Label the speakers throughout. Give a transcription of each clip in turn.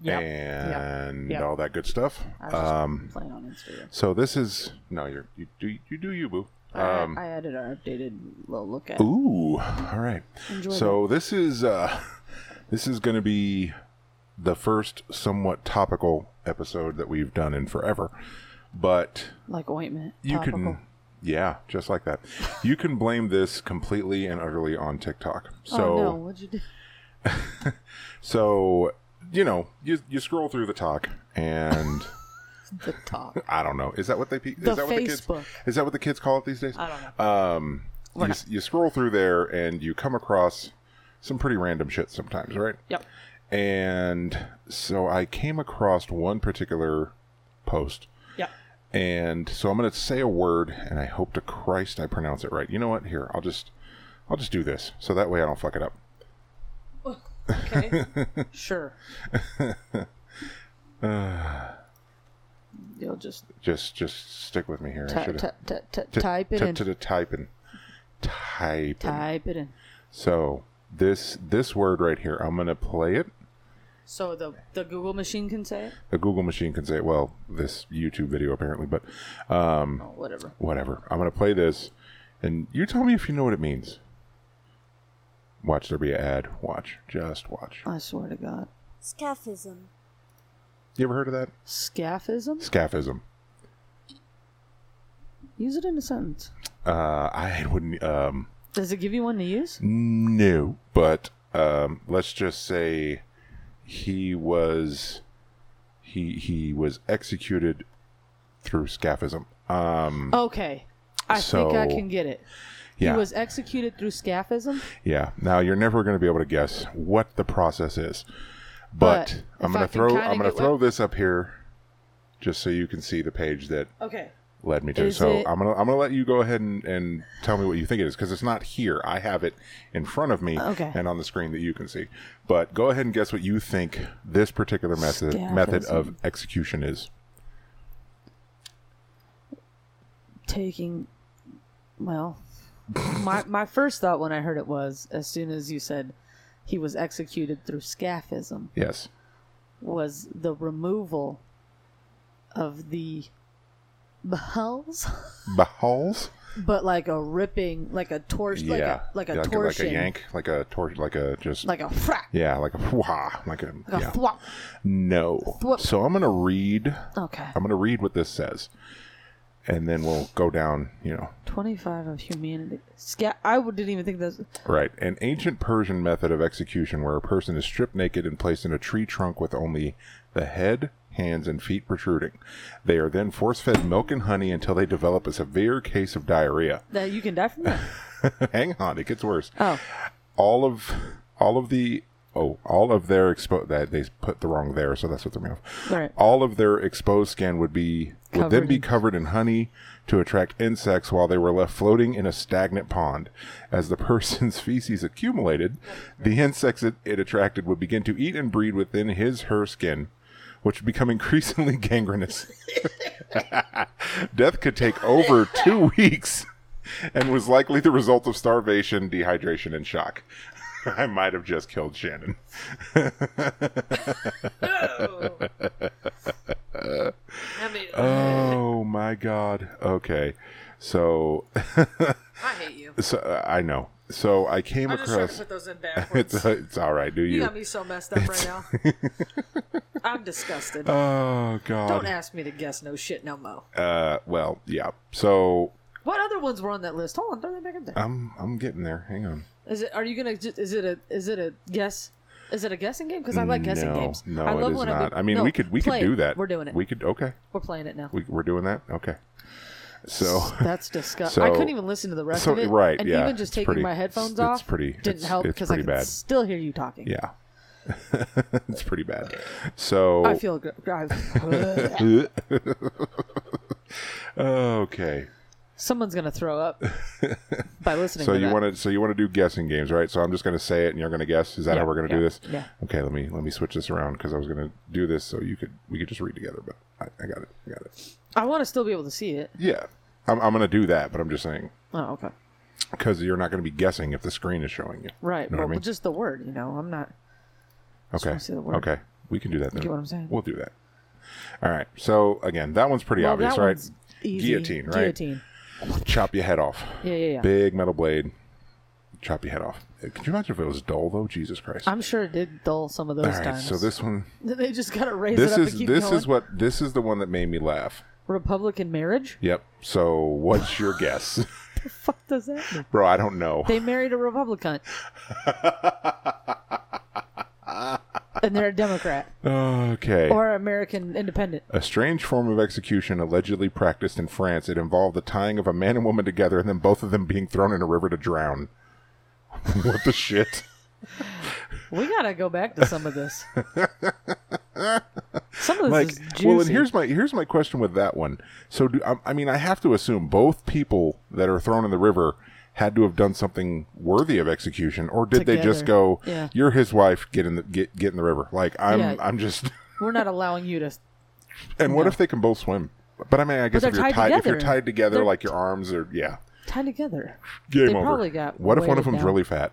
Speaker 1: Yep.
Speaker 2: and
Speaker 1: Yep.
Speaker 2: all that good stuff.
Speaker 3: I was just
Speaker 2: Um,
Speaker 3: playing on Instagram.
Speaker 2: so this is no, you're you do you do you boo.
Speaker 3: I-
Speaker 2: Um,
Speaker 3: I, added our updated little look at.
Speaker 2: ooh, all right.
Speaker 3: Enjoy
Speaker 2: So this is uh, this is going to be the first somewhat topical episode that we've done in forever, but
Speaker 3: that. like ointment.
Speaker 2: you
Speaker 3: topical.
Speaker 2: can yeah, just like that. You can blame this completely and utterly on TikTok. So
Speaker 3: oh no! What'd you do?
Speaker 2: so you know you you scroll through the talk and.
Speaker 3: The talk.
Speaker 2: I don't know. Is that what they pe- is
Speaker 3: The
Speaker 2: that what the kids
Speaker 3: Facebook.
Speaker 2: is that what the kids call it these days?
Speaker 3: I don't know.
Speaker 2: Um, you,
Speaker 3: not.
Speaker 2: s- you scroll through there and you come across some pretty random shit sometimes, right?
Speaker 3: Yep.
Speaker 2: And so I came across one particular post,
Speaker 3: Yep.
Speaker 2: and so I'm going to say a word, and I hope to Christ I pronounce it right. You know what? Here, I'll just I'll just do this, so that way I don't fuck it up.
Speaker 3: Okay. sure.
Speaker 2: Uh,
Speaker 3: You'll just
Speaker 2: Just just stick with me here.
Speaker 3: ty-
Speaker 2: should've-
Speaker 3: ty- ty- ty-
Speaker 2: t-
Speaker 3: type it
Speaker 2: t-
Speaker 3: in.
Speaker 2: t- t- type in. Type. in.
Speaker 3: Type it in.
Speaker 2: So this this word right here, I'm gonna play it.
Speaker 3: So the the Google machine can say it.
Speaker 2: The Google machine can say, well, this YouTube video apparently, but um,
Speaker 3: Oh, whatever.
Speaker 2: whatever. I'm gonna play this, and you tell me if you know what it means. Watch there be an ad. Watch, just watch.
Speaker 3: I swear to God.
Speaker 4: Scaphism.
Speaker 2: You ever heard of that?
Speaker 3: Scaphism.
Speaker 2: Scaphism.
Speaker 3: Use it in a sentence.
Speaker 2: Uh, I wouldn't. Um,
Speaker 3: Does it give you one to use?
Speaker 2: no, but um, let's just say he was he he was executed through scaphism. Um,
Speaker 3: Okay. I think I
Speaker 2: So-
Speaker 3: can get it.
Speaker 2: yeah.
Speaker 3: He was executed through scaphism.
Speaker 2: Yeah. Now you're never going to be able to guess what the process is, but,
Speaker 3: But
Speaker 2: I'm
Speaker 3: if
Speaker 2: going
Speaker 3: I
Speaker 2: to
Speaker 3: can
Speaker 2: throw
Speaker 3: kinda
Speaker 2: I'm going to
Speaker 3: get
Speaker 2: throw
Speaker 3: what-
Speaker 2: this up here, just so you can see the page that
Speaker 3: Okay.
Speaker 2: led me to.
Speaker 3: Is
Speaker 2: so
Speaker 3: it-
Speaker 2: I'm going to I'm going to let you go ahead and, and tell me what you think it is because it's not here. I have it in front of me
Speaker 3: Okay.
Speaker 2: and on the screen that you can see. But go ahead and guess what you think this particular method method of execution is.
Speaker 3: Taking. Well, my my first thought when I heard it was as soon as you said he was executed through scaphism.
Speaker 2: Yes.
Speaker 3: was the removal of the bells,
Speaker 2: Bahals.
Speaker 3: but like a ripping, like a torsion,
Speaker 2: yeah. like
Speaker 3: like a, like a
Speaker 2: like
Speaker 3: torsion,
Speaker 2: a yank, like a torsion, like a just.
Speaker 3: like a frack,
Speaker 2: yeah, like a wah, like a,
Speaker 3: like
Speaker 2: yeah.
Speaker 3: a thwop.
Speaker 2: No.
Speaker 3: Thwip.
Speaker 2: So I'm going to read.
Speaker 3: Okay,
Speaker 2: I'm going to read what this says, and then we'll go down. You know,
Speaker 3: twenty-five of humanity. Sca- I w- didn't even think that's
Speaker 2: right? An ancient Persian method of execution, where a person is stripped naked and placed in a tree trunk with only the head, hands, and feet protruding. They are then force-fed milk and honey until they develop a severe case of diarrhea.
Speaker 3: that you can die from that.
Speaker 2: Hang on, it gets worse.
Speaker 3: Oh,
Speaker 2: all of all of the oh all of their expo that they put the wrong there so that's what they're made of
Speaker 3: Right.
Speaker 2: all of their exposed skin would be would then
Speaker 3: Covered
Speaker 2: be
Speaker 3: in-
Speaker 2: covered in honey to attract insects while they were left floating in a stagnant pond as the person's feces accumulated the insects it, it attracted would begin to eat and breed within his her skin which would become increasingly gangrenous death could take over two weeks and was likely the result of starvation, dehydration, and shock. I might have just killed Shannon.
Speaker 3: I mean,
Speaker 2: Oh my god. Okay. So,
Speaker 3: I hate you.
Speaker 2: so uh, I know. So I came across.
Speaker 3: those in
Speaker 2: It's, it's all right. Do you?
Speaker 3: me so messed up right now. I'm disgusted.
Speaker 2: Oh god.
Speaker 3: ask me to guess no shit no mo.
Speaker 2: Uh, well, yeah. So
Speaker 3: What other ones were on that list? Hold on, throw that back up there.
Speaker 2: I'm I'm getting there. Hang on.
Speaker 3: Is it? Are you gonna? Just, is it a? Is it a guess? Is it a guessing game? Because I like guessing
Speaker 2: no,
Speaker 3: games.
Speaker 2: No,
Speaker 3: I love
Speaker 2: it is
Speaker 3: when
Speaker 2: not.
Speaker 3: I,
Speaker 2: I mean,
Speaker 3: no,
Speaker 2: we could we could
Speaker 3: play it.
Speaker 2: do that.
Speaker 3: We're doing it.
Speaker 2: We could. Okay.
Speaker 3: We're playing it now.
Speaker 2: We, we're doing that. Okay. So.
Speaker 3: That's disgusting. I
Speaker 2: So-
Speaker 3: couldn't even listen to the rest
Speaker 2: so-
Speaker 3: of it.
Speaker 2: right,
Speaker 3: And
Speaker 2: yeah,
Speaker 3: even just
Speaker 2: it's
Speaker 3: taking
Speaker 2: pretty-
Speaker 3: my
Speaker 2: it's-
Speaker 3: headphones
Speaker 2: it's
Speaker 3: off
Speaker 2: pretty-
Speaker 3: didn't
Speaker 2: it's-
Speaker 3: help
Speaker 2: it's
Speaker 3: because I
Speaker 2: pretty
Speaker 3: could
Speaker 2: bad.
Speaker 3: still hear you talking.
Speaker 2: Yeah. it's pretty bad. So
Speaker 3: I feel. gr- I,
Speaker 2: okay.
Speaker 3: someone's gonna throw up by listening.
Speaker 2: So
Speaker 3: to
Speaker 2: you
Speaker 3: that.
Speaker 2: want to so you want to do guessing games, right? So I'm just going to say it and you're going to guess. Is that
Speaker 3: Yeah,
Speaker 2: how we're going to
Speaker 3: yeah,
Speaker 2: do this?
Speaker 3: yeah.
Speaker 2: Okay, let me let me switch this around cuz I was going to do this so you could we could just read together, but I, I got it. I got it.
Speaker 3: I want to still be able to see it.
Speaker 2: Yeah. I'm I'm going to do that, but I'm just saying
Speaker 3: Oh, okay.
Speaker 2: cuz you're not going to be guessing if the screen is showing you.
Speaker 3: Right.
Speaker 2: Know what I
Speaker 3: well,
Speaker 2: mean?
Speaker 3: just the word. You know, I'm not.
Speaker 2: Okay.
Speaker 3: wanna see the word.
Speaker 2: Okay. We can do that then.
Speaker 3: Get what I'm saying?
Speaker 2: We'll do that. All right. So again, that one's pretty
Speaker 3: Well,
Speaker 2: obvious,
Speaker 3: that
Speaker 2: right?
Speaker 3: one's easy.
Speaker 2: Guillotine, right?
Speaker 3: Guillotine.
Speaker 2: Chop your head off.
Speaker 3: Yeah, yeah, yeah.
Speaker 2: Big metal blade. Chop your head off. Uh, Could you imagine if it was dull though? Jesus Christ.
Speaker 3: I'm sure it did dull some of those
Speaker 2: All right.
Speaker 3: times.
Speaker 2: So this one,
Speaker 3: they just gotta raise
Speaker 2: this
Speaker 3: it up
Speaker 2: is
Speaker 3: and keep
Speaker 2: this
Speaker 3: going.
Speaker 2: is what this is the one that made me laugh.
Speaker 3: Republican marriage?
Speaker 2: Yep. So what's your guess,
Speaker 3: The fuck does that mean?
Speaker 2: bro? I don't know.
Speaker 3: They married a Republican. and they're a Democrat
Speaker 2: Okay.
Speaker 3: or American independent.
Speaker 2: A strange form of execution allegedly practiced in France. It involved the tying of a man and woman together and then both of them being thrown in a river to drown. what the shit?
Speaker 3: We gotta go back to some of this. some of this
Speaker 2: Like,
Speaker 3: is juicy.
Speaker 2: well, and here's my here's my question with that one. So, do, I, I mean, I have to assume both people that are thrown in the river had to have done something worthy of execution, or did they just
Speaker 3: Together.
Speaker 2: go,
Speaker 3: Yeah.
Speaker 2: "You're his wife, get in the get get in the river"? Like, I'm
Speaker 3: Yeah.
Speaker 2: I'm just.
Speaker 3: We're not allowing you to.
Speaker 2: And what if they can both swim? But I mean, I guess
Speaker 3: they're
Speaker 2: if you're
Speaker 3: tied
Speaker 2: tied, if you're
Speaker 3: together.
Speaker 2: tied together,
Speaker 3: They're
Speaker 2: like your arms are, yeah.
Speaker 3: Tie together.
Speaker 2: Game
Speaker 3: They
Speaker 2: over.
Speaker 3: probably got
Speaker 2: what if one of
Speaker 3: weighted
Speaker 2: them's
Speaker 3: down.
Speaker 2: really fat?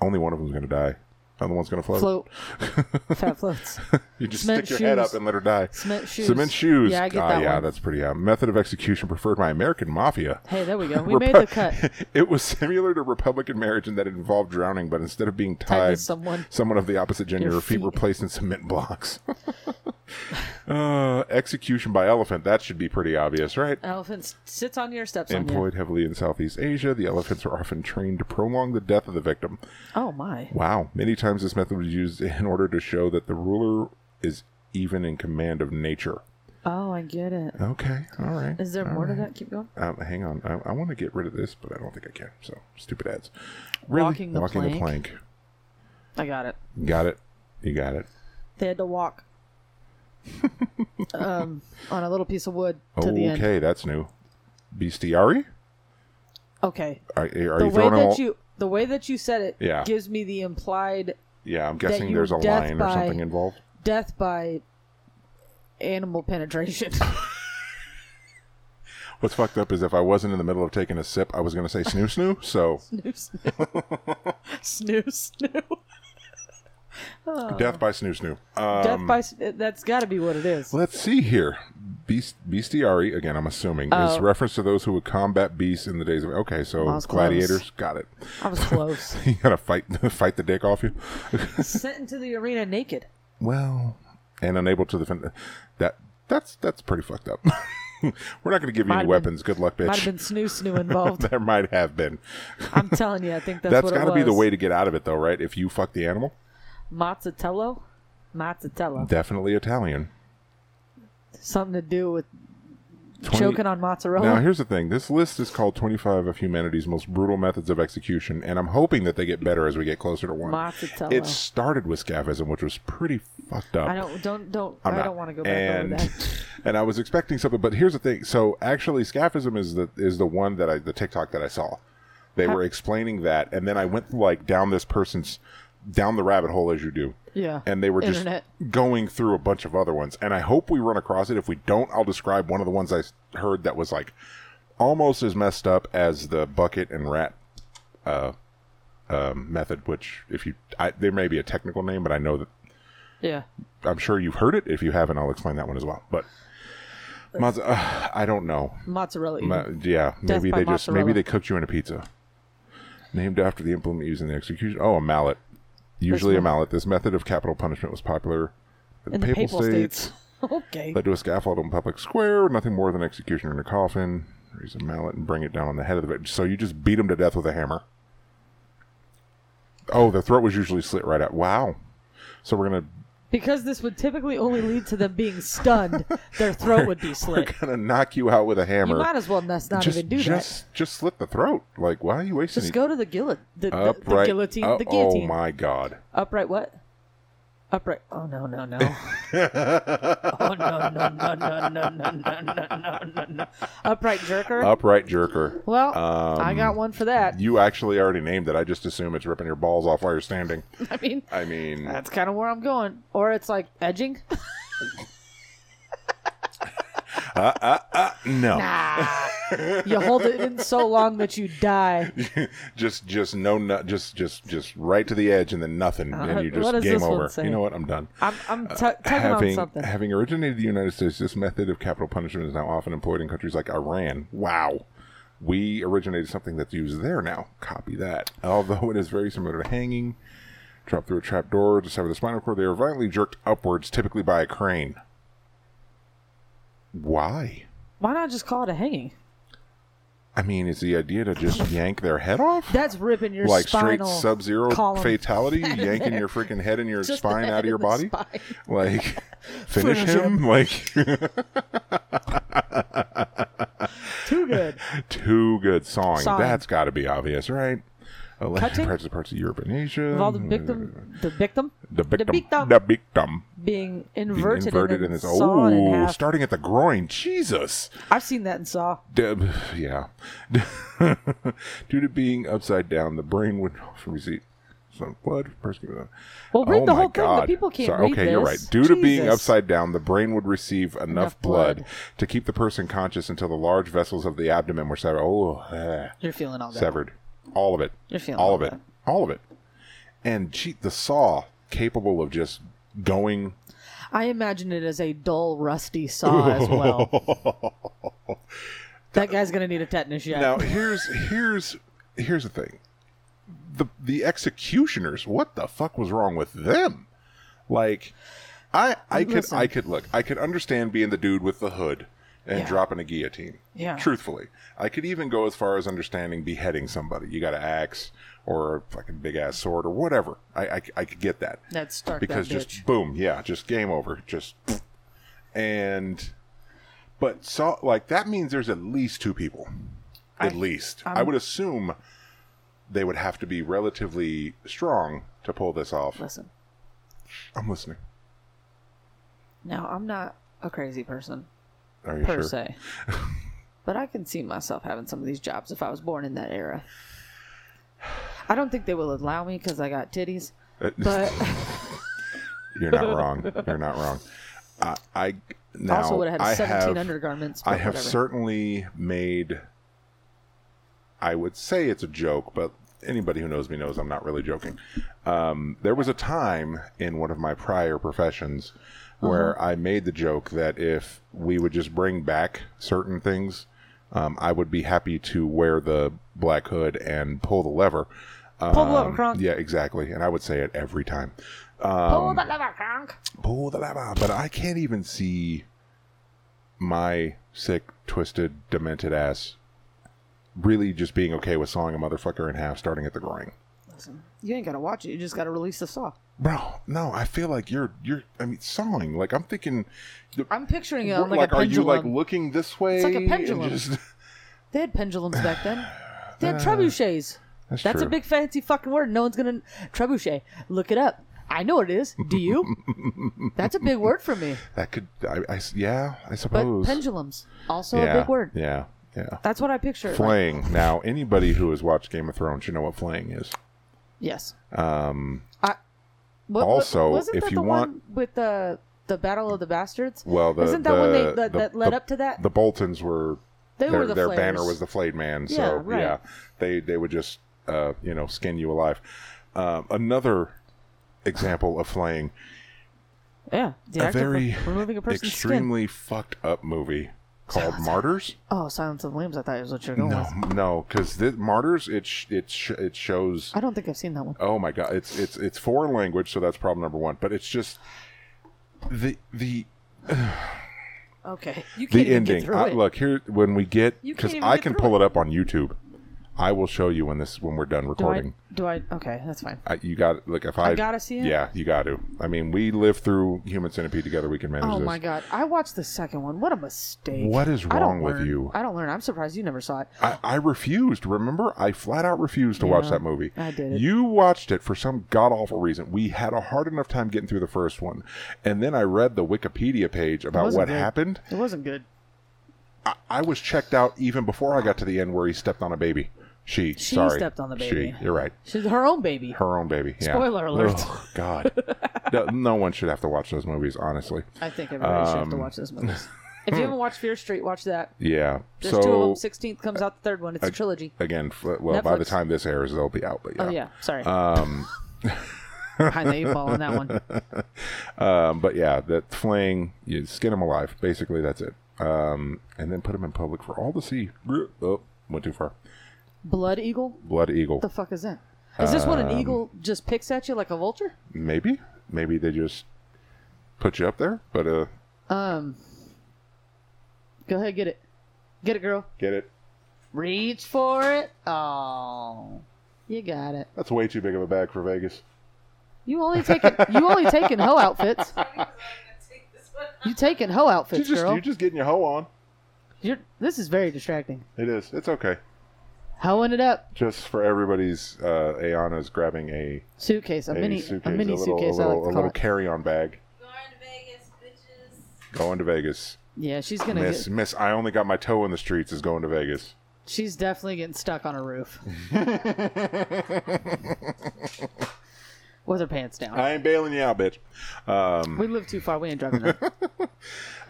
Speaker 2: Only one of them's going to die. Other one's going to float.
Speaker 3: Float. Fat floats.
Speaker 2: You just
Speaker 3: Cement
Speaker 2: stick your head
Speaker 3: shoes.
Speaker 2: up and let her die.
Speaker 3: Cement shoes.
Speaker 2: Cement shoes.
Speaker 3: Yeah, I get
Speaker 2: ah,
Speaker 3: that
Speaker 2: yeah,
Speaker 3: one.
Speaker 2: that's pretty. Uh, method of execution preferred by American mafia.
Speaker 3: Hey, there we go. We made
Speaker 2: Repu-
Speaker 3: the cut.
Speaker 2: it was similar to Republican marriage in that it involved drowning, but instead of being
Speaker 3: Tied
Speaker 2: tied,
Speaker 3: to someone.
Speaker 2: someone of the opposite gender,
Speaker 3: Your
Speaker 2: her feet were
Speaker 3: feet.
Speaker 2: placed in cement blocks. uh, execution by elephant. That should be pretty obvious, right?
Speaker 3: Elephant sits on your steps. On
Speaker 2: Employed heavily in Southeast Asia, the elephants were often trained to prolong the death of the victim.
Speaker 3: you. Oh my!
Speaker 2: Wow. Many times this method was used in order to show that the ruler is even in command of nature.
Speaker 3: Oh, I get it.
Speaker 2: Okay. All right.
Speaker 3: Is there more to that? Keep going.
Speaker 2: Um, hang on. I, I want to get rid of this, but I don't think I can. So, stupid ads. Really?
Speaker 3: Walking the
Speaker 2: the
Speaker 3: plank.
Speaker 2: plank.
Speaker 3: I got it.
Speaker 2: Got it. You got it.
Speaker 3: They had to walk um, on a little piece of wood to the end.
Speaker 2: okay. That's new. Bestiary? eh,
Speaker 3: Okay.
Speaker 2: Are, are
Speaker 3: The
Speaker 2: you
Speaker 3: way
Speaker 2: throwing
Speaker 3: that
Speaker 2: all?
Speaker 3: you the way that you said it
Speaker 2: Yeah.
Speaker 3: gives me the implied
Speaker 2: yeah, I'm guessing
Speaker 3: you
Speaker 2: there's a
Speaker 3: death
Speaker 2: line or
Speaker 3: by-
Speaker 2: something involved.
Speaker 3: death by animal penetration.
Speaker 2: What's fucked up is if I wasn't in the middle of taking a sip, I was going to say snoo snoo. So,
Speaker 3: snoo, snoo. snoo, snoo. Oh.
Speaker 2: death by snoo snoo. Um,
Speaker 3: death by s- that's got to be what it is.
Speaker 2: Let's see here. Beast, bestiary, again, I'm assuming, is
Speaker 3: Oh.
Speaker 2: reference to those who would combat beasts in the days of. Okay, so
Speaker 3: I was close.
Speaker 2: gladiators, got it.
Speaker 3: I was close.
Speaker 2: You gotta fight, fight the dick off you.
Speaker 3: Sent into the arena naked.
Speaker 2: well, and unable to defend. That that's that's pretty fucked up. We're not gonna give you
Speaker 3: Might
Speaker 2: any
Speaker 3: have
Speaker 2: weapons. Good luck,
Speaker 3: Might have
Speaker 2: bitch.
Speaker 3: been snoo snoo involved.
Speaker 2: there might have been.
Speaker 3: I'm telling you, I think that's,
Speaker 2: That's
Speaker 3: what
Speaker 2: gotta
Speaker 3: it
Speaker 2: be
Speaker 3: was.
Speaker 2: the way to get out of it, though, right? If you fuck the animal,
Speaker 3: Mozzatello, mozzatello,
Speaker 2: definitely Italian.
Speaker 3: something to do with
Speaker 2: 20
Speaker 3: choking on mozzarella.
Speaker 2: Now, here's the thing. This list is called 25 of humanity's most brutal methods of execution, and I'm hoping that they get better as we get closer to one.
Speaker 3: Mozzatello.
Speaker 2: It started with scaphism, which was pretty fucked up.
Speaker 3: I don't don't don't
Speaker 2: I'm
Speaker 3: I'm I do
Speaker 2: not-
Speaker 3: not want to go back
Speaker 2: and,
Speaker 3: over that.
Speaker 2: And I was expecting something, but here's the thing. So actually, scaphism is the is the one that I the TikTok that I saw. They were explaining that, and then I went like down this person's down the rabbit hole as you do.
Speaker 3: Yeah.
Speaker 2: And they were just
Speaker 3: Internet.
Speaker 2: going through a bunch of other ones, and I hope we run across it. If we don't, I'll describe one of the ones I s- heard that was like almost as messed up as the bucket and rat uh, um, method. Which, if you, I, there may be a technical name, but I know that
Speaker 3: Yeah.
Speaker 2: I'm sure you've heard it. If you haven't, I'll explain that one as well. But Mozz- uh, I don't know.
Speaker 3: Mozzarella. eating.
Speaker 2: Ma- yeah,
Speaker 3: Death
Speaker 2: maybe
Speaker 3: by
Speaker 2: they just maybe
Speaker 3: mozzarella.
Speaker 2: they cooked you in a pizza. Named after the implement used in the execution. Oh, a mallet. Usually a
Speaker 3: one.
Speaker 2: mallet. This method of capital punishment was popular in,
Speaker 3: in the Papal States. okay.
Speaker 2: Led to a scaffold on public square. Nothing more than execution in a coffin. Raise a mallet and bring it down on the head of the victim. So you just beat him to death with a hammer. Oh, the throat was usually slit right out. Wow. So we're gonna
Speaker 3: Because this would typically only lead to them being stunned, their throat would be
Speaker 2: we're
Speaker 3: slit.
Speaker 2: gonna knock you out with a hammer.
Speaker 3: You might as well not, not
Speaker 2: just,
Speaker 3: even do
Speaker 2: just, Just slit the throat. Like, why are you
Speaker 3: that.
Speaker 2: wasting
Speaker 3: Just
Speaker 2: it?
Speaker 3: go to the guillot the, the- the
Speaker 2: upright?
Speaker 3: guillotine
Speaker 2: oh,
Speaker 3: the guillotine.
Speaker 2: Oh my god!
Speaker 3: Upright what? Upright. Oh no no no. oh no no no no no no no no no no no. Upright jerker.
Speaker 2: Upright jerker.
Speaker 3: well, I
Speaker 2: Um,
Speaker 3: got one for that.
Speaker 2: You actually already named it. I just assume it's ripping your balls off while you're standing.
Speaker 3: I mean,
Speaker 2: I mean,
Speaker 3: that's kind of where I'm going. Or it's like edging.
Speaker 2: no.
Speaker 3: Ah, you hold it in so long that you die.
Speaker 2: just just no no just just just right to the edge and then nothing
Speaker 3: Uh,
Speaker 2: and you
Speaker 3: what
Speaker 2: just
Speaker 3: does
Speaker 2: game
Speaker 3: this one
Speaker 2: over
Speaker 3: say?
Speaker 2: you know what i'm done
Speaker 3: I'm, I'm t- tugging on
Speaker 2: having,
Speaker 3: something.
Speaker 2: having originated in the United States, this method of capital punishment is now often employed in countries like Iran. Wow. We originated something that's used there now. Copy that. Although it is very similar to hanging, dropped through a trap door, to sever the spinal cord, they are violently jerked upwards, typically by a crane. Why?
Speaker 3: Why not just call it a hanging?
Speaker 2: I mean, is the idea to just yank their head off?
Speaker 3: That's ripping your
Speaker 2: like straight
Speaker 3: spinal
Speaker 2: sub zero
Speaker 3: column.
Speaker 2: fatality, yanking your freaking head and your
Speaker 3: Just the
Speaker 2: spine
Speaker 3: head
Speaker 2: out of
Speaker 3: and
Speaker 2: your
Speaker 3: the
Speaker 2: body?
Speaker 3: spine.
Speaker 2: Like, finish
Speaker 3: Finish
Speaker 2: him? Like.
Speaker 3: Too good.
Speaker 2: Too good sawing.
Speaker 3: Sawing.
Speaker 2: That's got to be obvious, right? Alleged
Speaker 3: Cutting?
Speaker 2: parts of parts of Europe and Asia.
Speaker 3: Of all the victim, the victim,
Speaker 2: The victim.
Speaker 3: victim.
Speaker 2: The victim.
Speaker 3: being
Speaker 2: Being
Speaker 3: inverted,
Speaker 2: inverted
Speaker 3: and
Speaker 2: in
Speaker 3: then
Speaker 2: its
Speaker 3: sawn in
Speaker 2: oh,
Speaker 3: half.
Speaker 2: starting at the groin. Jesus.
Speaker 3: I've seen that in Saw.
Speaker 2: Deb, yeah. Due to being upside down, the brain would often receive some blood. Person-
Speaker 3: Well, read
Speaker 2: oh
Speaker 3: the
Speaker 2: my
Speaker 3: whole thing. The
Speaker 2: God.
Speaker 3: people can't
Speaker 2: Sorry,
Speaker 3: read
Speaker 2: Okay, you're
Speaker 3: this.
Speaker 2: right. Due to being
Speaker 3: Jesus.
Speaker 2: upside down, the brain would receive enough,
Speaker 3: Enough
Speaker 2: blood,
Speaker 3: blood.
Speaker 2: to keep the person conscious until the large vessels of the abdomen were severed. Oh, eh.
Speaker 3: You're feeling all that.
Speaker 2: severed. All of it.
Speaker 3: You're feeling
Speaker 2: all
Speaker 3: all
Speaker 2: of it.
Speaker 3: that.
Speaker 2: All of it. And she, the saw capable of just going.
Speaker 3: I imagine it as a dull, rusty saw as well. that guy's gonna need a tetanus shot.
Speaker 2: Now here's here's here's the thing. The the executioners, what the fuck was wrong with them? Like I I could
Speaker 3: Listen.
Speaker 2: I could look. I could understand being the dude with the hood and
Speaker 3: Yeah.
Speaker 2: dropping a guillotine.
Speaker 3: Yeah.
Speaker 2: Truthfully. I could even go as far as understanding beheading somebody. You got an axe or a fucking big ass sword or whatever. I I, I could get that.
Speaker 3: That's Stark.
Speaker 2: because
Speaker 3: that bitch.
Speaker 2: just boom, yeah, just game over, just and but so like that means there's at least two people, at least i would assume they would have to be relatively strong to pull this off.
Speaker 3: listen.
Speaker 2: I'm listening.
Speaker 3: Now I'm not a crazy person
Speaker 2: Are you
Speaker 3: per
Speaker 2: sure?
Speaker 3: se, but I can see myself having some of these jobs if I was born in that era. I don't think they will allow me because I got titties,
Speaker 2: Uh,
Speaker 3: but
Speaker 2: You're not wrong. You're not wrong. I, I now
Speaker 3: also would have
Speaker 2: I
Speaker 3: had 17
Speaker 2: have-
Speaker 3: undergarments.
Speaker 2: I
Speaker 3: but
Speaker 2: have
Speaker 3: whatever.
Speaker 2: certainly made. I would say it's a joke, but anybody who knows me knows I'm not really joking. Um, there was a time in one of my prior professions where
Speaker 3: Uh-huh.
Speaker 2: I made the joke that if we would just bring back certain things, um, I would be happy to wear the black hood and pull the lever.
Speaker 3: Pull the lever,
Speaker 2: Um,
Speaker 3: Kronk.
Speaker 2: Yeah, exactly. And I would say it every time
Speaker 3: Pull the lever, Kronk.
Speaker 2: pull the lever. But I can't even see my sick, twisted, demented ass really just being okay with sawing a motherfucker in half starting at the groin.
Speaker 3: Listen, you ain't gotta watch it. You just gotta release the saw.
Speaker 2: Bro, no, I feel like you're you're I mean sawing. Like I'm thinking
Speaker 3: I'm picturing it
Speaker 2: we're-
Speaker 3: like, a
Speaker 2: are you
Speaker 3: pendulum.
Speaker 2: like looking this way?
Speaker 3: like a
Speaker 2: and
Speaker 3: pendulum.
Speaker 2: just-
Speaker 3: They had pendulums back then. They had trebuchets.
Speaker 2: that's
Speaker 3: That's,
Speaker 2: true.
Speaker 3: a big fancy fucking word. No one's gonna trebuchet. Look it up. I know what it is. Do you? That's a big word for me.
Speaker 2: that could I, I s- yeah, I
Speaker 3: But
Speaker 2: suppose.
Speaker 3: pendulums also
Speaker 2: yeah,
Speaker 3: a big word.
Speaker 2: Yeah. Yeah.
Speaker 3: That's what I picture. it Like,
Speaker 2: Flaying. Now, anybody who has watched Game of Thrones should know what flaying is.
Speaker 3: yes. Um. I, what,
Speaker 2: also,
Speaker 3: wasn't
Speaker 2: if
Speaker 3: that
Speaker 2: you
Speaker 3: the
Speaker 2: want-
Speaker 3: one with the the Battle of the Bastards,
Speaker 2: Well, the,
Speaker 3: isn't that
Speaker 2: the,
Speaker 3: when they that,
Speaker 2: the-
Speaker 3: that led
Speaker 2: the-
Speaker 3: up to that?
Speaker 2: The Boltons were
Speaker 3: They
Speaker 2: their,
Speaker 3: were the
Speaker 2: their
Speaker 3: flayers.
Speaker 2: banner was the flayed man. So yeah,
Speaker 3: Yeah, right.
Speaker 2: they they would just uh, you know skin you alive. Um, another example of flaying
Speaker 3: yeah, the
Speaker 2: a
Speaker 3: act of
Speaker 2: very
Speaker 3: removing a person's skin.
Speaker 2: extremely fucked up movie called Martyrs.
Speaker 3: Oh, Silence of the Lambs. I thought it was what you're going
Speaker 2: No,
Speaker 3: with.
Speaker 2: no, because Martyrs it sh- it sh- it shows.
Speaker 3: I don't think I've seen that one.
Speaker 2: Oh my god, it's it's it's foreign language, so that's problem number one. But it's just the the
Speaker 3: Okay, you can't
Speaker 2: the
Speaker 3: even
Speaker 2: ending.
Speaker 3: Get through
Speaker 2: I-
Speaker 3: it.
Speaker 2: look here when we get
Speaker 3: You can't
Speaker 2: because
Speaker 3: even
Speaker 2: I
Speaker 3: get
Speaker 2: can
Speaker 3: through
Speaker 2: pull it. up on YouTube. I will show you when this when we're done
Speaker 3: do I?
Speaker 2: recording.
Speaker 3: Do I? Okay, that's fine.
Speaker 2: I, you got like if I,
Speaker 3: gotta see it?
Speaker 2: Yeah, you got to. I mean, we live through Human Centipede together. We can manage
Speaker 3: Oh
Speaker 2: this.
Speaker 3: my god, I watched the second one. What a mistake!
Speaker 2: What is
Speaker 3: I don't
Speaker 2: wrong with
Speaker 3: learn.
Speaker 2: you?
Speaker 3: I don't learn. I'm surprised you never saw it.
Speaker 2: I, I refused. Remember, I flat out refused to watch
Speaker 3: Yeah,
Speaker 2: that movie.
Speaker 3: I did it.
Speaker 2: You watched it for some god awful reason. We had a hard enough time getting through the first one, and then I read the Wikipedia page about
Speaker 3: wasn't
Speaker 2: what
Speaker 3: good.
Speaker 2: happened.
Speaker 3: It wasn't good.
Speaker 2: I, I was checked out even before I got to the end where he stepped on a baby. She,
Speaker 3: She
Speaker 2: sorry,
Speaker 3: stepped on the
Speaker 2: She,
Speaker 3: baby.
Speaker 2: you're right.
Speaker 3: She's her own baby.
Speaker 2: Her own baby. Yeah.
Speaker 3: Spoiler alert.
Speaker 2: Oh, God, no, no one should have to watch those movies. Honestly. um,
Speaker 3: I think everybody should have to watch this movie. If you haven't watched Fear Street, watch that.
Speaker 2: Yeah.
Speaker 3: There's two of them.
Speaker 2: so
Speaker 3: Sixteenth comes out the third one. It's a trilogy.
Speaker 2: again, f- well, by the
Speaker 3: Netflix.
Speaker 2: time this airs, they'll be out. But yeah.
Speaker 3: Oh yeah, sorry,
Speaker 2: Um,
Speaker 3: behind the eight ball on that one.
Speaker 2: um, but yeah, that flaying, you skin him alive. Basically, that's it. Um, and then put him in public for all to see. Oh, went too far.
Speaker 3: Blood eagle.
Speaker 2: Blood eagle.
Speaker 3: The fuck is that? Is this when
Speaker 2: Um,
Speaker 3: an eagle just picks at you like a vulture?
Speaker 2: Maybe. Maybe they just put you up there. But uh,
Speaker 3: Um, go ahead, get it, get it, girl.
Speaker 2: get it.
Speaker 3: Reach for it. Oh, you got it.
Speaker 2: That's way too big of a bag for Vegas.
Speaker 3: You only taking you only taking hoe outfits. You taking hoe
Speaker 2: You
Speaker 3: outfits,
Speaker 2: just,
Speaker 3: girl.
Speaker 2: you're just getting your hoe on.
Speaker 3: You're, this is very distracting.
Speaker 2: It is. It's okay.
Speaker 3: Hoeing it up.
Speaker 2: Just for everybody's, uh, Ayana's grabbing a,
Speaker 3: Suitcase, a,
Speaker 2: a
Speaker 3: mini,
Speaker 2: suitcase,
Speaker 3: a mini
Speaker 2: little,
Speaker 3: suitcase.
Speaker 2: a
Speaker 3: I
Speaker 2: little,
Speaker 3: like to
Speaker 2: a
Speaker 3: call
Speaker 2: little
Speaker 3: it.
Speaker 2: carry-on bag. Going to Vegas.
Speaker 3: Yeah, she's gonna.
Speaker 2: Miss,
Speaker 3: Get,
Speaker 2: miss, I only got my toe in the streets is going to Vegas.
Speaker 3: she's definitely getting stuck on a roof with her pants down.
Speaker 2: I ain't bailing you out, bitch. Um,
Speaker 3: we live too far. We ain't driving. there.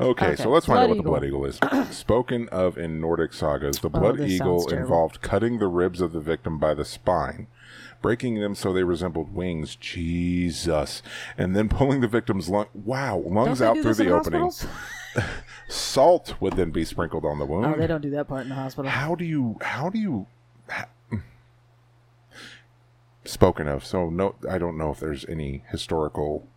Speaker 2: Okay,
Speaker 3: Okay.
Speaker 2: so let's find out what
Speaker 3: Blood Oh,
Speaker 2: the blood eagle is. Spoken of in Nordic sagas, the blood
Speaker 3: this
Speaker 2: eagle
Speaker 3: sounds terrible.
Speaker 2: involved cutting the ribs of the victim by the spine, breaking them so they resembled wings. Jesus. And then pulling the victim's lung wow,
Speaker 3: Don't
Speaker 2: lungs
Speaker 3: they
Speaker 2: out
Speaker 3: do
Speaker 2: through
Speaker 3: this in
Speaker 2: the opening.
Speaker 3: hospitals?
Speaker 2: Salt would then be sprinkled on the
Speaker 3: Oh, they
Speaker 2: wound.
Speaker 3: don't do that part in the hospital.
Speaker 2: how do you how do you ha- spoken of. So no I don't know if there's any historical,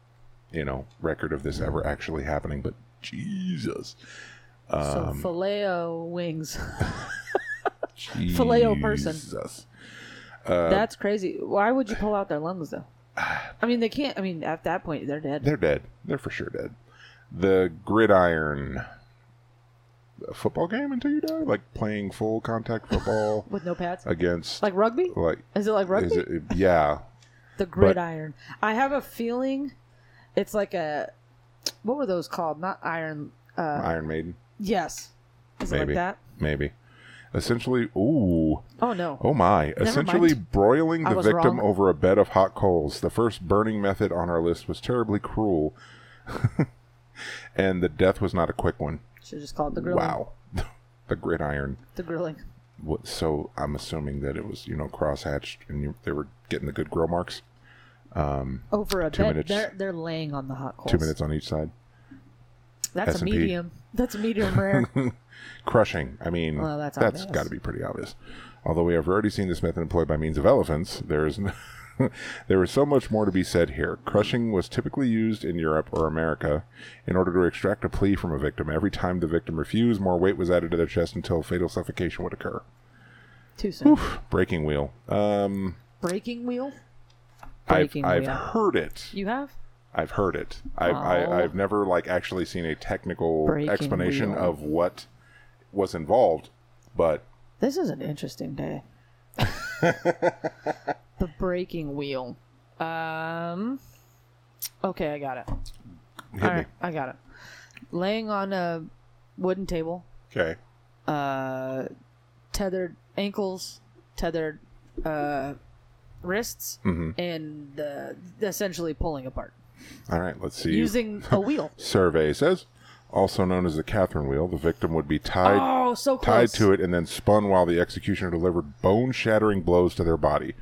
Speaker 2: you know, record of this ever actually happening, but Jesus.
Speaker 3: so
Speaker 2: Um,
Speaker 3: phileo wings.
Speaker 2: uh,
Speaker 3: Phileo person.
Speaker 2: Jesus.
Speaker 3: That's crazy. Why would you pull out their lungs though?
Speaker 2: uh,
Speaker 3: I mean, they can't. I mean, at that point, they're dead.
Speaker 2: They're dead. They're for sure dead. The gridiron a football game until you die, like playing full contact football
Speaker 3: with no pads,
Speaker 2: against
Speaker 3: like rugby.
Speaker 2: like
Speaker 3: Is it like rugby?
Speaker 2: Oh, is it yeah
Speaker 3: the gridiron. I have a feeling it's like a what were those called? Not iron. Uh,
Speaker 2: Iron Maiden
Speaker 3: yes. Is it
Speaker 2: Maybe.
Speaker 3: like that?
Speaker 2: maybe essentially ooh
Speaker 3: Oh no.
Speaker 2: Oh my. Essentially
Speaker 3: mind.
Speaker 2: broiling
Speaker 3: I
Speaker 2: the
Speaker 3: was
Speaker 2: victim
Speaker 3: wrong.
Speaker 2: over a bed of hot coals. The first burning method on our list was terribly cruel. and the death was not a quick one.
Speaker 3: Should just call it the grilling.
Speaker 2: Wow. the gridiron.
Speaker 3: The grilling.
Speaker 2: What, so I'm assuming that it was, you know, crosshatched and you, they were getting the good grill marks.
Speaker 3: Over a
Speaker 2: Two
Speaker 3: bed.
Speaker 2: minutes.
Speaker 3: They're they're laying on the hot coals.
Speaker 2: Two minutes on each side.
Speaker 3: That's
Speaker 2: S&P.
Speaker 3: a medium. That's a medium rare.
Speaker 2: Crushing. I mean,
Speaker 3: Well, that's
Speaker 2: that's
Speaker 3: obvious.
Speaker 2: got to be pretty obvious. Although we have already seen this method employed by means of elephants, there is n- there is so much more to be said here. Crushing was typically used in Europe or America in order to extract a plea from a victim. Every time the victim refused, more weight was added to their chest until fatal suffocation would occur.
Speaker 3: Too soon.
Speaker 2: Breaking wheel. Um,
Speaker 3: Breaking wheel.
Speaker 2: I've,
Speaker 3: Breaking
Speaker 2: I've
Speaker 3: wheel.
Speaker 2: heard it.
Speaker 3: You have
Speaker 2: I've heard it. I've, I,
Speaker 3: Oh.
Speaker 2: I've never like actually seen a technical
Speaker 3: Breaking
Speaker 2: explanation
Speaker 3: wheel.
Speaker 2: of what was involved, but
Speaker 3: This is an interesting day. the breaking wheel. Um. Okay, I got it.
Speaker 2: hit
Speaker 3: All right, I got it. Laying on a wooden table,
Speaker 2: me. Okay.
Speaker 3: uh, tethered ankles, tethered uh, wrists,
Speaker 2: Mm-hmm.
Speaker 3: and uh, essentially pulling apart
Speaker 2: All right. Let's see.
Speaker 3: using a wheel.
Speaker 2: Survey says, also known as the Catherine wheel, the victim would be tied
Speaker 3: Oh, so close.
Speaker 2: tied to it and then spun while the executioner delivered bone-shattering blows to their body.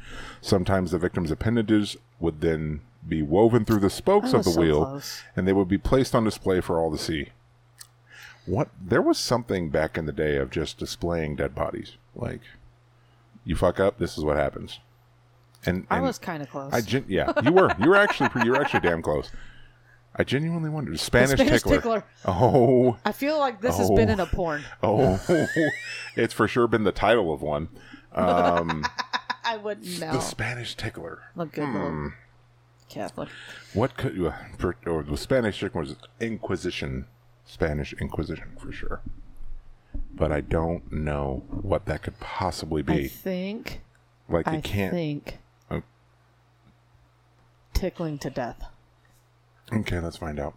Speaker 2: Sometimes the victim's appendages would then be woven through the spokes
Speaker 3: I
Speaker 2: of the
Speaker 3: was so
Speaker 2: wheel,
Speaker 3: close.
Speaker 2: and they would be placed on display for all to see. What? There was something back in the day of just displaying dead bodies. Like, you fuck up, this is what happens. And,
Speaker 3: I
Speaker 2: and
Speaker 3: was kind of close.
Speaker 2: I gen- yeah, you were. You were actually pre- you were actually damn close. I genuinely wondered. Spanish,
Speaker 3: Spanish
Speaker 2: tickler.
Speaker 3: tickler.
Speaker 2: Oh,
Speaker 3: I feel like this has been
Speaker 2: Oh.
Speaker 3: in a porn.
Speaker 2: oh, it's for sure been the title of one.
Speaker 3: I wouldn't know.
Speaker 2: The Hmm. Spanish tickler.
Speaker 3: Look good, little Catholic.
Speaker 2: What could uh, for, or the Spanish tickler was Inquisition, Spanish Inquisition for sure. But I don't know what that could possibly
Speaker 3: I
Speaker 2: be.
Speaker 3: think.
Speaker 2: like
Speaker 3: I
Speaker 2: you can't.
Speaker 3: think.
Speaker 2: Oh.
Speaker 3: Tickling to death.
Speaker 2: Okay, let's find out.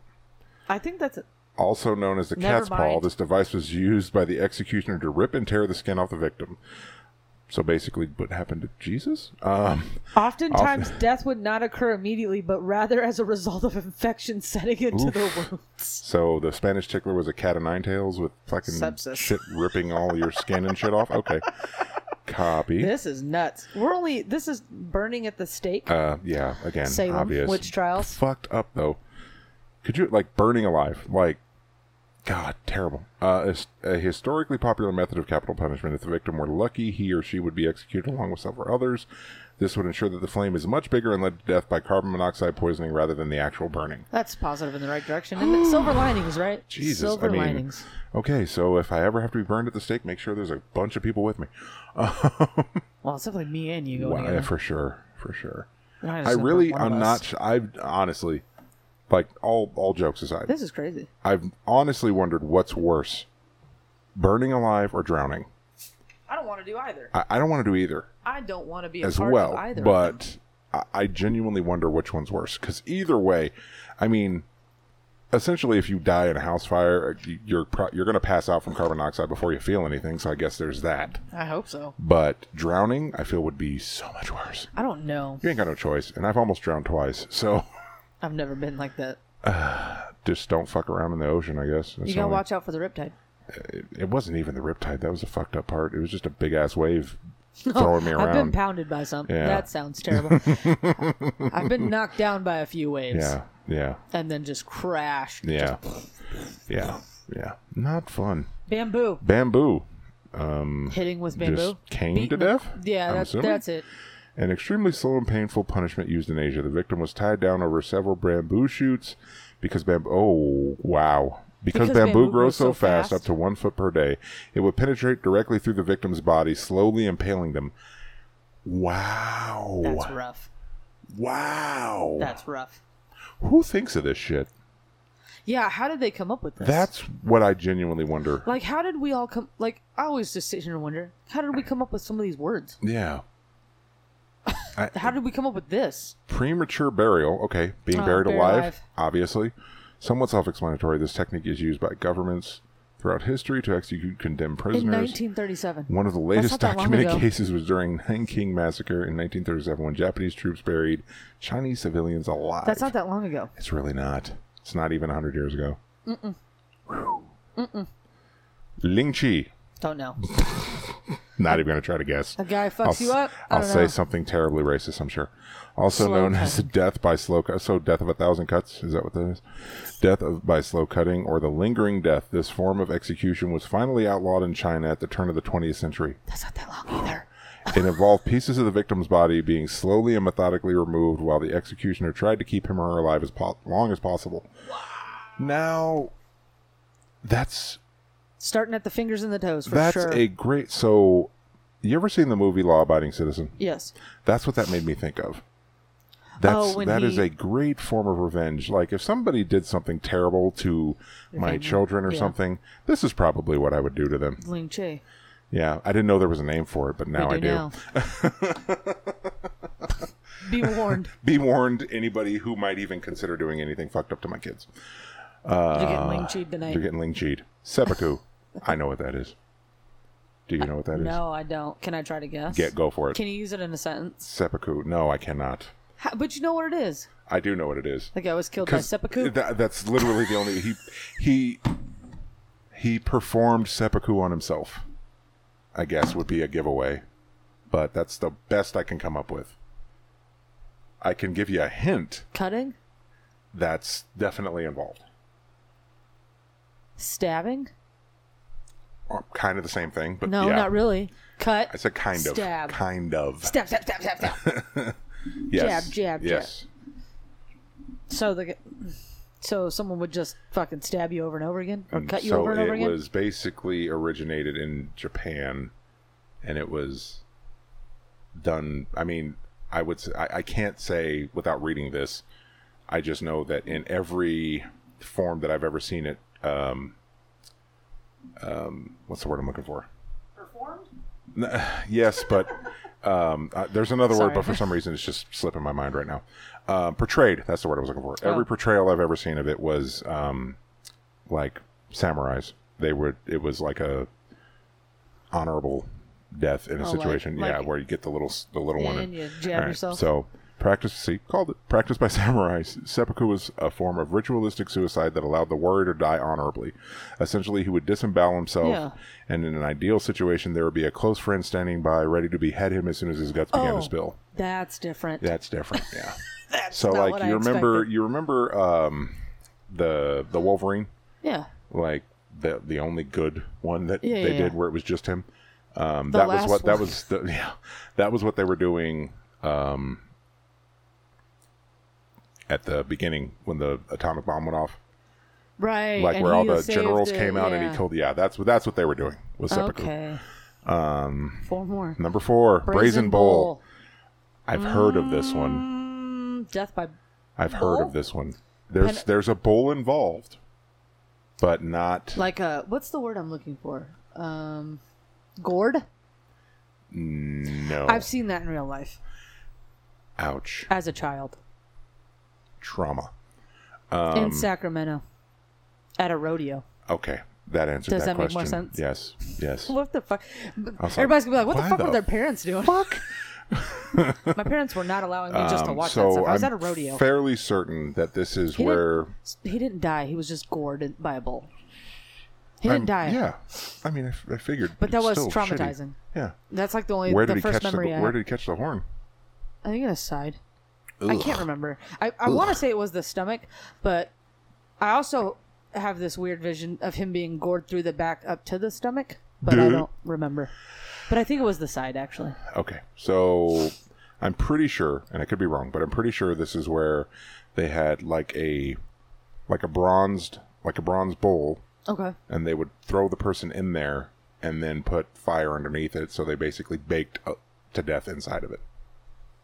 Speaker 3: I think that's.
Speaker 2: Also known as the
Speaker 3: Never
Speaker 2: cat's paw,
Speaker 3: mind.
Speaker 2: this device was used by the executioner to rip and tear the skin off the victim. So basically, what happened to Jesus? Um,
Speaker 3: Oftentimes, death would not occur immediately, but rather as a result of infection setting into the wounds.
Speaker 2: so the Spanish tickler was a cat of nine tails with fucking
Speaker 3: Sepsis.
Speaker 2: shit ripping all your skin and shit off. Okay, copy.
Speaker 3: This is nuts. We're only this is burning at the stake.
Speaker 2: Uh, yeah, again,
Speaker 3: Salem
Speaker 2: obvious.
Speaker 3: witch trials.
Speaker 2: Fucked up though. Could you like burning alive? Like, God, terrible. Uh, it's a historically popular method of capital punishment. If the victim were lucky, he or she would be executed along with several others. This would ensure that the flame is much bigger and led to death by carbon monoxide poisoning rather than the actual burning.
Speaker 3: That's positive in the right direction. And the silver linings, right?
Speaker 2: Jesus,
Speaker 3: silver
Speaker 2: I mean,
Speaker 3: linings.
Speaker 2: okay, so if I ever have to be burned at the stake, make sure there's a bunch of people with me.
Speaker 3: Well, it's definitely me and you going
Speaker 2: Wow, yeah,
Speaker 3: together.
Speaker 2: for sure, for sure.
Speaker 3: And
Speaker 2: I
Speaker 3: just know
Speaker 2: really,
Speaker 3: one of
Speaker 2: I'm
Speaker 3: us.
Speaker 2: not. su- I've honestly, like all all jokes aside,
Speaker 3: This is crazy.
Speaker 2: I've honestly wondered what's worse, burning alive or drowning.
Speaker 3: I don't want to do either.
Speaker 2: I, I don't want to do either
Speaker 3: I don't want to be a
Speaker 2: as
Speaker 3: part
Speaker 2: well,
Speaker 3: of either. of them.
Speaker 2: but I, I genuinely wonder which one's worse. Because either way, I mean, essentially, if you die in a house fire, you- you're pro- you're going to pass out from carbon dioxide before you feel anything. So I guess there's that.
Speaker 3: I hope so.
Speaker 2: But drowning, I feel would be so much worse.
Speaker 3: I don't know.
Speaker 2: You ain't got no choice, and I've almost drowned twice. So
Speaker 3: I've never been like that.
Speaker 2: just don't fuck around in the ocean. I guess That's
Speaker 3: You gotta
Speaker 2: only-
Speaker 3: watch out for the riptide.
Speaker 2: it wasn't even the riptide. That was the fucked up part. It was just a big ass wave throwing me
Speaker 3: I've been
Speaker 2: around.
Speaker 3: pounded by some.
Speaker 2: Yeah.
Speaker 3: That sounds terrible. I've been knocked down by a few waves
Speaker 2: yeah, yeah,
Speaker 3: and then just crashed.
Speaker 2: yeah, yeah, yeah. Not fun.
Speaker 3: Bamboo.
Speaker 2: Bamboo
Speaker 3: Hitting with bamboo.
Speaker 2: Mm. just came to
Speaker 3: Beaten-
Speaker 2: death.
Speaker 3: Yeah,
Speaker 2: I'm
Speaker 3: that's,
Speaker 2: assuming?
Speaker 3: that's it.
Speaker 2: An extremely slow and painful punishment used in Asia. The victim was tied down over several bamboo shoots because bamboo. Oh wow. Because, bamboo, grows so fast, up to one foot per day, it would penetrate directly through the victim's body, slowly impaling them. Wow.
Speaker 3: That's rough.
Speaker 2: Wow.
Speaker 3: That's rough.
Speaker 2: Who thinks of this shit?
Speaker 3: Yeah, how did they come up with this?
Speaker 2: That's what I genuinely wonder.
Speaker 3: like how did we all come like I always just sit here and wonder, how did we come up with some of these words?
Speaker 2: yeah. I,
Speaker 3: How did we come up with this?
Speaker 2: premature burial. Okay, being
Speaker 3: Oh,
Speaker 2: buried
Speaker 3: buried
Speaker 2: alive,
Speaker 3: alive.
Speaker 2: obviously. Somewhat self-explanatory. This technique is used by governments throughout history to execute condemned
Speaker 3: In
Speaker 2: prisoners.
Speaker 3: nineteen thirty seven.
Speaker 2: One of the latest
Speaker 3: not that long
Speaker 2: documented
Speaker 3: ago.
Speaker 2: cases was during Nanking Massacre in 1937 when Japanese troops buried Chinese civilians alive.
Speaker 3: That's not that long ago.
Speaker 2: It's really not. It's not even 100 years ago. Mm-mm. Mm-mm. Ling Chi.
Speaker 3: Don't know.
Speaker 2: Not even going to try to guess.
Speaker 3: A guy fucks
Speaker 2: I'll,
Speaker 3: you
Speaker 2: s-
Speaker 3: up. I
Speaker 2: I'll
Speaker 3: don't
Speaker 2: say
Speaker 3: know.
Speaker 2: something terribly racist, I'm sure. Also
Speaker 3: Slow
Speaker 2: known
Speaker 3: cut.
Speaker 2: as death by slow cut. So, death of a thousand cuts? Is that what that is? Death of, by slow cutting or the lingering death. This form of execution was finally outlawed in China at the turn of the 20th century.
Speaker 3: That's not that long either.
Speaker 2: It involved pieces of the victim's body being slowly and methodically removed while the executioner tried to keep him or her alive as po- long as possible. Now, that's
Speaker 3: Starting at the fingers and the toes for
Speaker 2: that's
Speaker 3: sure.
Speaker 2: a great. So, you ever seen the movie Law Abiding Citizen?
Speaker 3: yes.
Speaker 2: That's what that made me think of. That's
Speaker 3: Oh, when
Speaker 2: that is
Speaker 3: he-
Speaker 2: a great form of revenge. Like if somebody did something terrible to my
Speaker 3: family.
Speaker 2: children or
Speaker 3: Yeah.
Speaker 2: something, this is probably what I would do to them.
Speaker 3: Ling Chi.
Speaker 2: Yeah, I didn't know there was a name for it, but now I do.
Speaker 3: Be warned.
Speaker 2: Be warned, anybody who might even consider doing anything fucked up to my kids.
Speaker 3: You're
Speaker 2: Uh,
Speaker 3: getting Ling Chi tonight.
Speaker 2: You're getting Ling Chi'd. Seppuku. I know what that is. Do you know what that is?
Speaker 3: No, I don't. Can I try to guess?
Speaker 2: Get go for it.
Speaker 3: Can you use it in a sentence?
Speaker 2: seppuku. No, I cannot.
Speaker 3: How, but you know what it is.
Speaker 2: I do know what it is.
Speaker 3: The guy was killed by
Speaker 2: 'Cause
Speaker 3: seppuku.
Speaker 2: That, that's literally the only he he he performed seppuku on himself. I guess would be a giveaway, but that's the best I can come up with. I can give you a hint
Speaker 3: Cutting?
Speaker 2: that's definitely involved.
Speaker 3: Stabbing?
Speaker 2: Or kind of the same thing, but
Speaker 3: No,
Speaker 2: yeah.
Speaker 3: not really. Cut.
Speaker 2: I said kind of.
Speaker 3: Stab.
Speaker 2: Kind of.
Speaker 3: Stab, stab, stab, stab, stab.
Speaker 2: yes.
Speaker 3: Jab, jab, jab.
Speaker 2: Yes.
Speaker 3: so the g- so someone would just fucking stab you over and over again, or cut you
Speaker 2: Um, so
Speaker 3: over and over
Speaker 2: it
Speaker 3: again.
Speaker 2: was basically originated in Japan, and it was done. I mean, I would. s- I, I can't say without reading this. I just know that in every form that I've ever seen it, um, um, what's the word I'm looking for? Performed. Yes, but um, uh, there's another word,
Speaker 3: Sorry.
Speaker 2: but for some reason it's just slipping my mind right now. Um, portrayed. That's the word I was looking for. Every portrayal I've ever seen of it was um, like samurais. They were it was like a honorable death in a
Speaker 3: Oh, like-
Speaker 2: situation, yeah,
Speaker 3: like-
Speaker 2: where you get the little s- the little one.
Speaker 3: and you jab
Speaker 2: Alright,
Speaker 3: yourself.
Speaker 2: So practice see called it practice by samurai. Seppuku was a form of ritualistic suicide that allowed the warrior to die honorably. Essentially, he would disembowel himself,
Speaker 3: Yeah.
Speaker 2: and in an ideal situation, there would be a close friend standing by, ready to behead him as soon as his guts began
Speaker 3: Oh.
Speaker 2: to spill.
Speaker 3: That's different.
Speaker 2: That's different. Yeah.
Speaker 3: That's
Speaker 2: so
Speaker 3: not
Speaker 2: like
Speaker 3: what
Speaker 2: you
Speaker 3: I
Speaker 2: remember
Speaker 3: expected.
Speaker 2: you remember um the the Wolverine
Speaker 3: Yeah.
Speaker 2: like the the only good one that
Speaker 3: Yeah,
Speaker 2: they
Speaker 3: yeah,
Speaker 2: did
Speaker 3: yeah.
Speaker 2: where it was just him. Um,
Speaker 3: The
Speaker 2: that was
Speaker 3: last
Speaker 2: what that
Speaker 3: one.
Speaker 2: was the, yeah that was what they were doing um, at the beginning when the atomic bomb went off,
Speaker 3: Right.
Speaker 2: like
Speaker 3: and
Speaker 2: where
Speaker 3: he
Speaker 2: all the
Speaker 3: saved
Speaker 2: generals
Speaker 3: it,
Speaker 2: came out and he
Speaker 3: yeah.
Speaker 2: killed. Yeah, that's what that's what they were doing was seppuku.
Speaker 3: Okay. Um. Four more.
Speaker 2: Number four, Brazen, Bull.
Speaker 3: Bull.
Speaker 2: I've heard of this one.
Speaker 3: Mm, death by.
Speaker 2: I've heard
Speaker 3: Bull?
Speaker 2: of this one. There's there's a bull involved, but not
Speaker 3: Like a. What's the word I'm looking for? Um. Gourd.
Speaker 2: no.
Speaker 3: I've seen that in real life
Speaker 2: Ouch!
Speaker 3: as a child
Speaker 2: Trauma.
Speaker 3: in Sacramento at a rodeo.
Speaker 2: Okay, that answered
Speaker 3: Does
Speaker 2: that,
Speaker 3: that make more
Speaker 2: question.
Speaker 3: sense?
Speaker 2: Yes, yes.
Speaker 3: What the fuck?
Speaker 2: was like,
Speaker 3: Everybody's gonna be like, "What
Speaker 2: why
Speaker 3: the fuck
Speaker 2: the
Speaker 3: were their parents doing?" Fuck. My parents were not allowing me just to
Speaker 2: Um,
Speaker 3: watch
Speaker 2: so
Speaker 3: that stuff. I was
Speaker 2: I'm
Speaker 3: at a rodeo.
Speaker 2: fairly certain that this is
Speaker 3: He didn't-
Speaker 2: where
Speaker 3: he didn't die. He was just gored in- by a bull. He didn't
Speaker 2: I'm-
Speaker 3: die.
Speaker 2: Yeah, I mean, I f- I, figured,
Speaker 3: But that
Speaker 2: it's still
Speaker 3: was
Speaker 2: shitty.
Speaker 3: traumatizing.
Speaker 2: Yeah,
Speaker 3: That's like the only
Speaker 2: where
Speaker 3: the
Speaker 2: did he
Speaker 3: first
Speaker 2: catch the
Speaker 3: memory uh, I
Speaker 2: where
Speaker 3: have.
Speaker 2: did he catch the horn?
Speaker 3: I think it was side. I can't remember. I, I want to say it was the stomach, but I also have this weird vision of him being gored through the back up to the stomach, but I
Speaker 2: Dude.
Speaker 3: don't remember. But I think it was the side actually.
Speaker 2: Okay, so I'm pretty sure, and I could be wrong, but I'm pretty sure this is where they had like a like a bronzed like a bronze bowl,
Speaker 3: Okay.
Speaker 2: and they would throw the person in there and then put fire underneath it, so they basically baked uh, to death inside of it.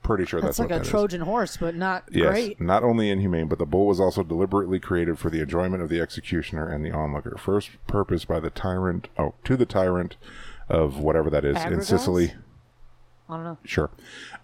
Speaker 2: Pretty sure that's,
Speaker 3: That's, like
Speaker 2: what
Speaker 3: a
Speaker 2: that is.
Speaker 3: Trojan horse, but not
Speaker 2: Yes,
Speaker 3: great.
Speaker 2: not only inhumane, but the bull was also deliberately created for the enjoyment of the executioner and the onlooker. First purpose by the tyrant, oh, to the tyrant of whatever that is in
Speaker 3: Agrigolas?
Speaker 2: Sicily,
Speaker 3: I don't know.
Speaker 2: sure,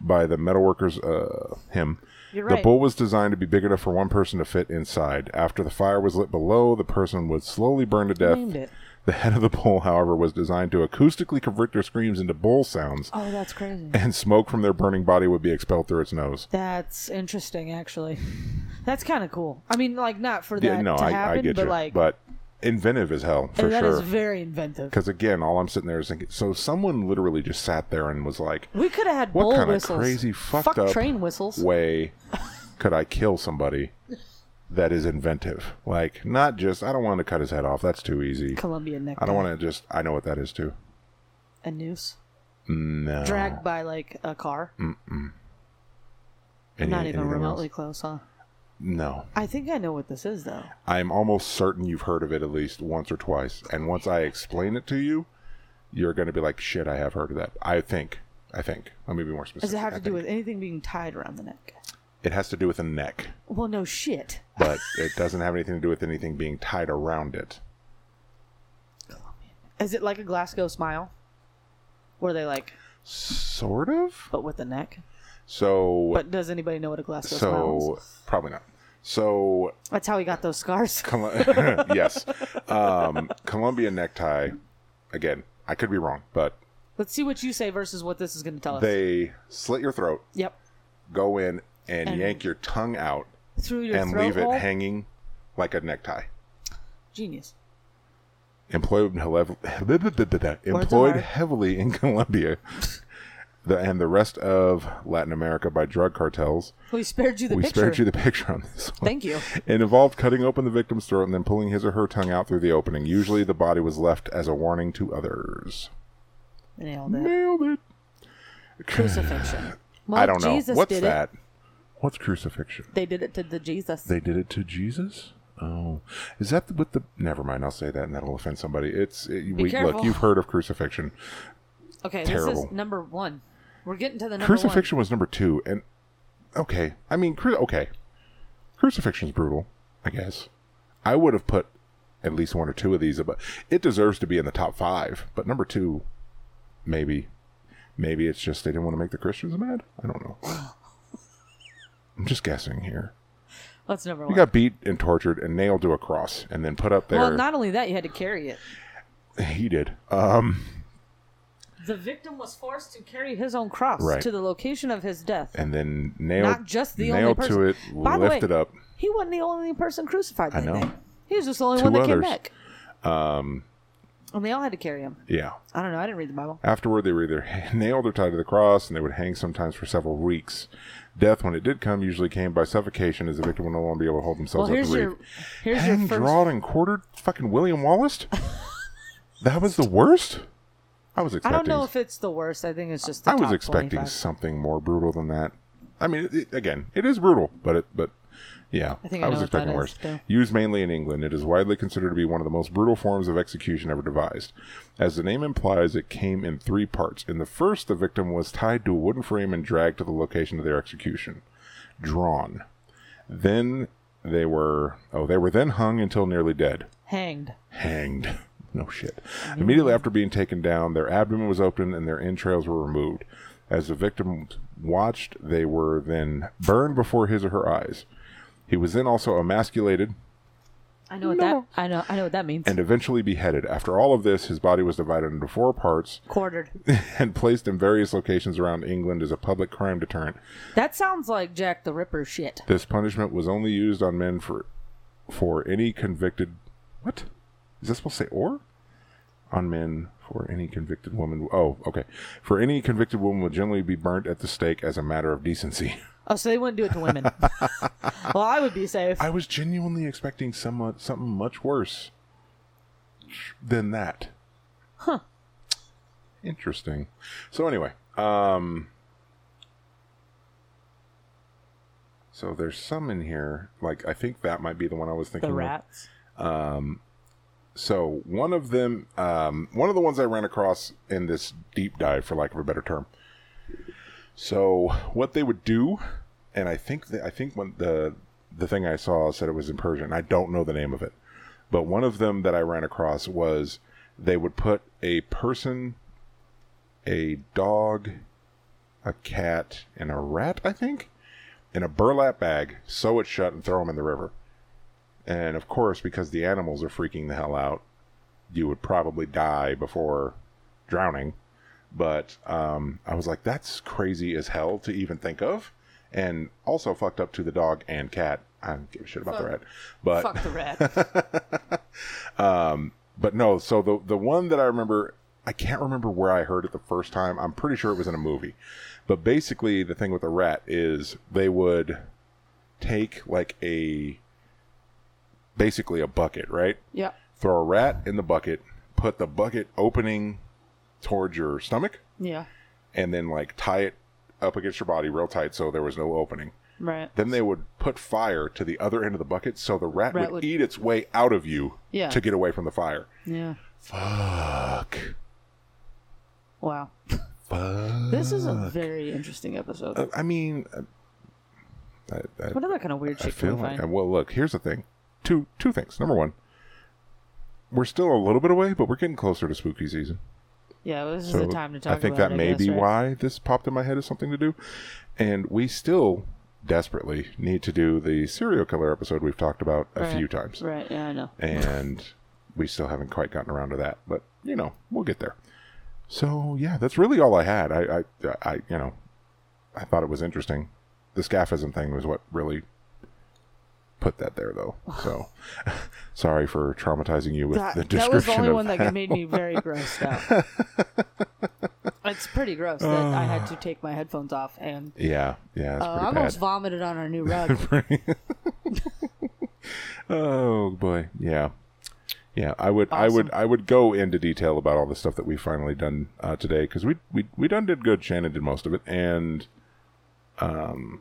Speaker 2: by the metalworkers, uh, him.
Speaker 3: You're
Speaker 2: The
Speaker 3: right.
Speaker 2: bull was designed to be big enough for one person to fit inside. After the fire was lit below, the person would slowly burn to death.
Speaker 3: Named it.
Speaker 2: The head of the bull, however, was designed to acoustically convert their screams into bull sounds,
Speaker 3: Oh, that's crazy.
Speaker 2: and smoke from their burning body would be expelled through its nose.
Speaker 3: That's interesting, actually. That's kind of cool. I mean, like not for that
Speaker 2: yeah, no,
Speaker 3: to
Speaker 2: I,
Speaker 3: happen,
Speaker 2: I get
Speaker 3: but
Speaker 2: you.
Speaker 3: like
Speaker 2: but inventive as hell for
Speaker 3: that is
Speaker 2: sure.
Speaker 3: very inventive.
Speaker 2: Because again, all I'm sitting there is thinking. So someone literally just sat there and was like,
Speaker 3: We could have had
Speaker 2: "What
Speaker 3: bull
Speaker 2: kind
Speaker 3: whistles.
Speaker 2: of crazy fucked
Speaker 3: Fuck
Speaker 2: up
Speaker 3: train whistles.
Speaker 2: way could I kill somebody that is inventive? Like, not just I don't want to cut his head off. That's too easy.
Speaker 3: Colombian neck.
Speaker 2: I don't want to just. I know what that is too.
Speaker 3: a noose
Speaker 2: No,
Speaker 3: dragged by like a car.
Speaker 2: Mm. Any-
Speaker 3: Not
Speaker 2: anything
Speaker 3: even
Speaker 2: else?
Speaker 3: remotely close, huh?
Speaker 2: No,
Speaker 3: I think I know what this is though.
Speaker 2: I'm almost certain you've heard of it at least once or twice. And once I explain it to you, you're going to be like, shit, I have heard of that. I think. I think. Let me be more specific.
Speaker 3: Does it have
Speaker 2: I
Speaker 3: to do
Speaker 2: think.
Speaker 3: with anything being tied around the neck?
Speaker 2: It has to do with a neck,
Speaker 3: Well, no shit.
Speaker 2: but it doesn't have anything to do with anything being tied around it.
Speaker 3: Is it like a Glasgow smile? Where they like,
Speaker 2: Sort of?
Speaker 3: but with a neck?
Speaker 2: So.
Speaker 3: But does anybody know what a Glasgow smile is?
Speaker 2: so. Probably not. So.
Speaker 3: That's how he got those scars.
Speaker 2: Col- yes. Um, Columbia necktie. Again, I could be wrong, but
Speaker 3: Let's see what you say versus what this is going to tell us.
Speaker 2: they slit your throat,
Speaker 3: yep.
Speaker 2: go in, and,
Speaker 3: And-
Speaker 2: yank your tongue out
Speaker 3: Through your
Speaker 2: and
Speaker 3: throat
Speaker 2: leave
Speaker 3: hole.
Speaker 2: it hanging like a necktie.
Speaker 3: Genius.
Speaker 2: employed helev- employed
Speaker 3: hard.
Speaker 2: heavily in Colombia the, and the rest of Latin America by drug cartels.
Speaker 3: We spared you the
Speaker 2: we
Speaker 3: picture.
Speaker 2: spared you the picture on this one.
Speaker 3: Thank you.
Speaker 2: It involved cutting open the victim's throat and then pulling his or her tongue out through the opening. Usually, the body was left as a warning to others.
Speaker 3: Nailed it.
Speaker 2: Nailed it.
Speaker 3: Crucifixion. Well,
Speaker 2: I don't know
Speaker 3: Jesus
Speaker 2: what's
Speaker 3: did
Speaker 2: that. What's crucifixion?
Speaker 3: It. They did it to the Jesus.
Speaker 2: They did it to Jesus. Oh, is that with the? Never mind. I'll say that, and that'll offend somebody. It's it, we look.
Speaker 3: careful.
Speaker 2: You've heard of crucifixion.
Speaker 3: okay, this
Speaker 2: terrible.
Speaker 3: is number one. We're getting to the number
Speaker 2: Crucifixion was number two, and okay, I mean, cru- okay, crucifixion's brutal, I guess. I would have put at least one or two of these, but it deserves to be in the top five. But number two, maybe, maybe it's just they didn't want to make the Christians mad. I don't know. I'm just guessing here.
Speaker 3: one. That's number
Speaker 2: You
Speaker 3: one.
Speaker 2: got beat and tortured and nailed to a cross, and then put up there.
Speaker 3: Well, not only that, you had to carry it.
Speaker 2: he did. Um,
Speaker 3: The victim was forced to carry his own cross
Speaker 2: Right.
Speaker 3: to the location of his death.
Speaker 2: and then nailed
Speaker 3: Not just the only
Speaker 2: nailed
Speaker 3: person.
Speaker 2: to it,
Speaker 3: By the
Speaker 2: lift
Speaker 3: way,
Speaker 2: it up.
Speaker 3: He wasn't the only person crucified that
Speaker 2: I know.
Speaker 3: day. He was just the only
Speaker 2: Two
Speaker 3: one that came
Speaker 2: others.
Speaker 3: back. Um, and they all had to carry him.
Speaker 2: Yeah.
Speaker 3: I don't know. I didn't read the Bible.
Speaker 2: Afterward, they were either nailed or tied to the cross, and they would hang sometimes for several weeks. Death, when it did come, usually came by suffocation, as the victim would no longer be able to hold
Speaker 3: Well,
Speaker 2: themselves up
Speaker 3: here's
Speaker 2: to
Speaker 3: your
Speaker 2: read.
Speaker 3: here's your
Speaker 2: Hang,
Speaker 3: first.
Speaker 2: drawn, and quartered. Fucking William Wallace. that was the worst. I was
Speaker 3: I
Speaker 2: expecting.
Speaker 3: don't know if it's the worst. I think it's just. The
Speaker 2: I was
Speaker 3: top
Speaker 2: expecting
Speaker 3: 25.
Speaker 2: something more brutal than that. I mean, it, it- again, it is brutal, but it, but yeah, I,
Speaker 3: think I
Speaker 2: was
Speaker 3: know what that
Speaker 2: expecting
Speaker 3: is,
Speaker 2: worse.
Speaker 3: though.
Speaker 2: Used mainly in England, it is widely considered to be one of the most brutal forms of execution ever devised. As the name implies, it came in three parts. In the first, the victim was tied to a wooden frame and dragged to the location of their execution, drawn. Then they were oh, they were then hung until nearly dead
Speaker 3: hanged.
Speaker 2: hanged. No shit. Immediately after being taken down, their abdomen was opened and their entrails were removed. As the victim watched, they were then burned before his or her eyes. He was then also emasculated
Speaker 3: I know what that. I know. I know what that means.
Speaker 2: and eventually beheaded. After all of this, his body was divided into four parts
Speaker 3: Quartered.
Speaker 2: and placed in various locations around England as a public crime deterrent.
Speaker 3: That sounds like Jack the Ripper shit.
Speaker 2: This punishment was only used on men for for any convicted what? Is that supposed to say or? On men for any convicted woman oh, okay. For any convicted woman would generally be burnt at the stake as a matter of decency.
Speaker 3: Oh, so they wouldn't do it to women. well, I would be safe.
Speaker 2: I was genuinely expecting somewhat something much worse than that.
Speaker 3: Huh.
Speaker 2: Interesting. So anyway, um So there's some in here. Like I think that might be the one I was thinking.
Speaker 3: The
Speaker 2: of.
Speaker 3: rats.
Speaker 2: So one of them, um, one of the ones I ran across in this deep dive, for lack of a better term. So what they would do, and I think that, I think when the the thing I saw said it was in Persian. I don't know the name of it, but one of them that I ran across was they would put a person, a dog, a cat, and a rat, I think, in a burlap bag, sew it shut, and throw them in the river. And of course, because the animals are freaking the hell out, you would probably die before drowning. But um, I was like, that's crazy as hell to even think of. And also fucked up to the dog and cat. I don't give a shit about the rat. But
Speaker 3: Fuck the rat.
Speaker 2: but no, so the the one that I remember, I can't remember where I heard it the first time. I'm pretty sure it was in a movie. But basically, the thing with the rat is they would take like a basically a bucket, right?
Speaker 3: yeah.
Speaker 2: Throw a rat in the bucket, put the bucket opening towards your stomach,
Speaker 3: Yeah.
Speaker 2: and then like tie it up against your body real tight so there was no opening.
Speaker 3: Right.
Speaker 2: Then they would put fire to the other end of the bucket so the rat, would,
Speaker 3: Rat would-
Speaker 2: eat its way out of you
Speaker 3: Yeah.
Speaker 2: to get away from the fire.
Speaker 3: Yeah.
Speaker 2: Fuck.
Speaker 3: Wow.
Speaker 2: Fuck. Uh,
Speaker 3: This is a very interesting episode.
Speaker 2: I mean, I, I,
Speaker 3: what other kind of weird
Speaker 2: I
Speaker 3: shit
Speaker 2: feel
Speaker 3: can we
Speaker 2: like. uh,
Speaker 3: find?
Speaker 2: Well, look, here's the thing. Two two things. Number one, we're still a little bit away, but we're getting closer to spooky season.
Speaker 3: yeah, well, this is
Speaker 2: So
Speaker 3: the time to talk.
Speaker 2: I think
Speaker 3: about
Speaker 2: that
Speaker 3: it,
Speaker 2: may
Speaker 3: guess,
Speaker 2: be
Speaker 3: right?
Speaker 2: why this popped in my head as something to do. And we still desperately need to do the serial killer episode we've talked about a
Speaker 3: Right.
Speaker 2: few times.
Speaker 3: Right. Yeah, I know.
Speaker 2: and we still haven't quite gotten around to that. But you know, we'll get there. So yeah, that's really all I had. I, I, I you know, I thought it was interesting. The scaphism thing was what really put that there, though. So sorry for traumatizing you with
Speaker 3: That,
Speaker 2: the
Speaker 3: that was the
Speaker 2: description
Speaker 3: only
Speaker 2: of
Speaker 3: one that made me very grossed out. it's pretty gross that I had to take my headphones off and
Speaker 2: Yeah, yeah, it's
Speaker 3: uh, I
Speaker 2: pretty bad.
Speaker 3: almost vomited on our new rug.
Speaker 2: Oh boy, yeah, yeah. I would, I would, I would go into detail about all the stuff that we finally done uh, today because we we we done did good. Shannon did most of it, and um,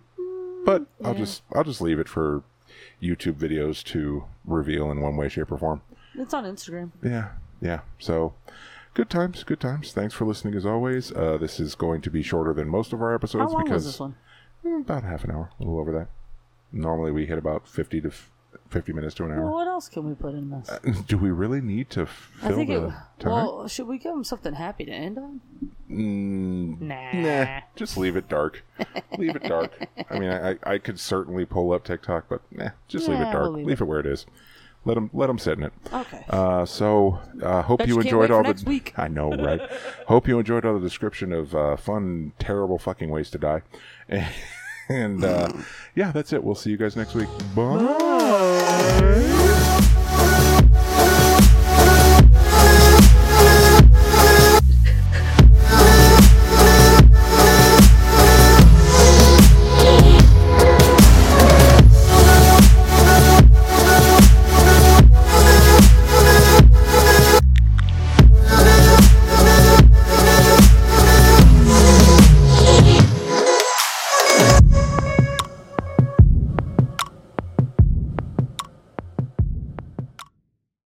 Speaker 2: but I'll just I'll just leave it for YouTube videos to reveal in one way, shape, or form.
Speaker 3: it's on Instagram.
Speaker 2: Yeah, yeah. So good times, good times. Thanks for listening as always. Uh, this is going to be shorter than most of our episodes
Speaker 3: How long
Speaker 2: because
Speaker 3: was this one?
Speaker 2: Mm, about half an hour, a little over that. Normally we hit about fifty to. f- 50 minutes to an hour.
Speaker 3: Well, what else can we put in this?
Speaker 2: Do we really need to fill
Speaker 3: I think
Speaker 2: the
Speaker 3: it.
Speaker 2: time?
Speaker 3: Well, should we give them something happy to end on?
Speaker 2: Mm,
Speaker 3: Nah.
Speaker 2: nah, just leave it dark. leave it dark. I mean, I, I I could certainly pull up TikTok, but nah, just leave
Speaker 3: Yeah,
Speaker 2: it dark.
Speaker 3: we'll leave
Speaker 2: leave it. where it is. Let them let them sit in it.
Speaker 3: Okay.
Speaker 2: Uh, so uh, hope
Speaker 3: Bet
Speaker 2: you
Speaker 3: you can't
Speaker 2: enjoyed
Speaker 3: wait for
Speaker 2: all the.
Speaker 3: next week.
Speaker 2: I know, right? hope you enjoyed all the description of uh, fun, terrible, fucking ways to die. And, uh, yeah, that's it. We'll see you guys next week. Bye.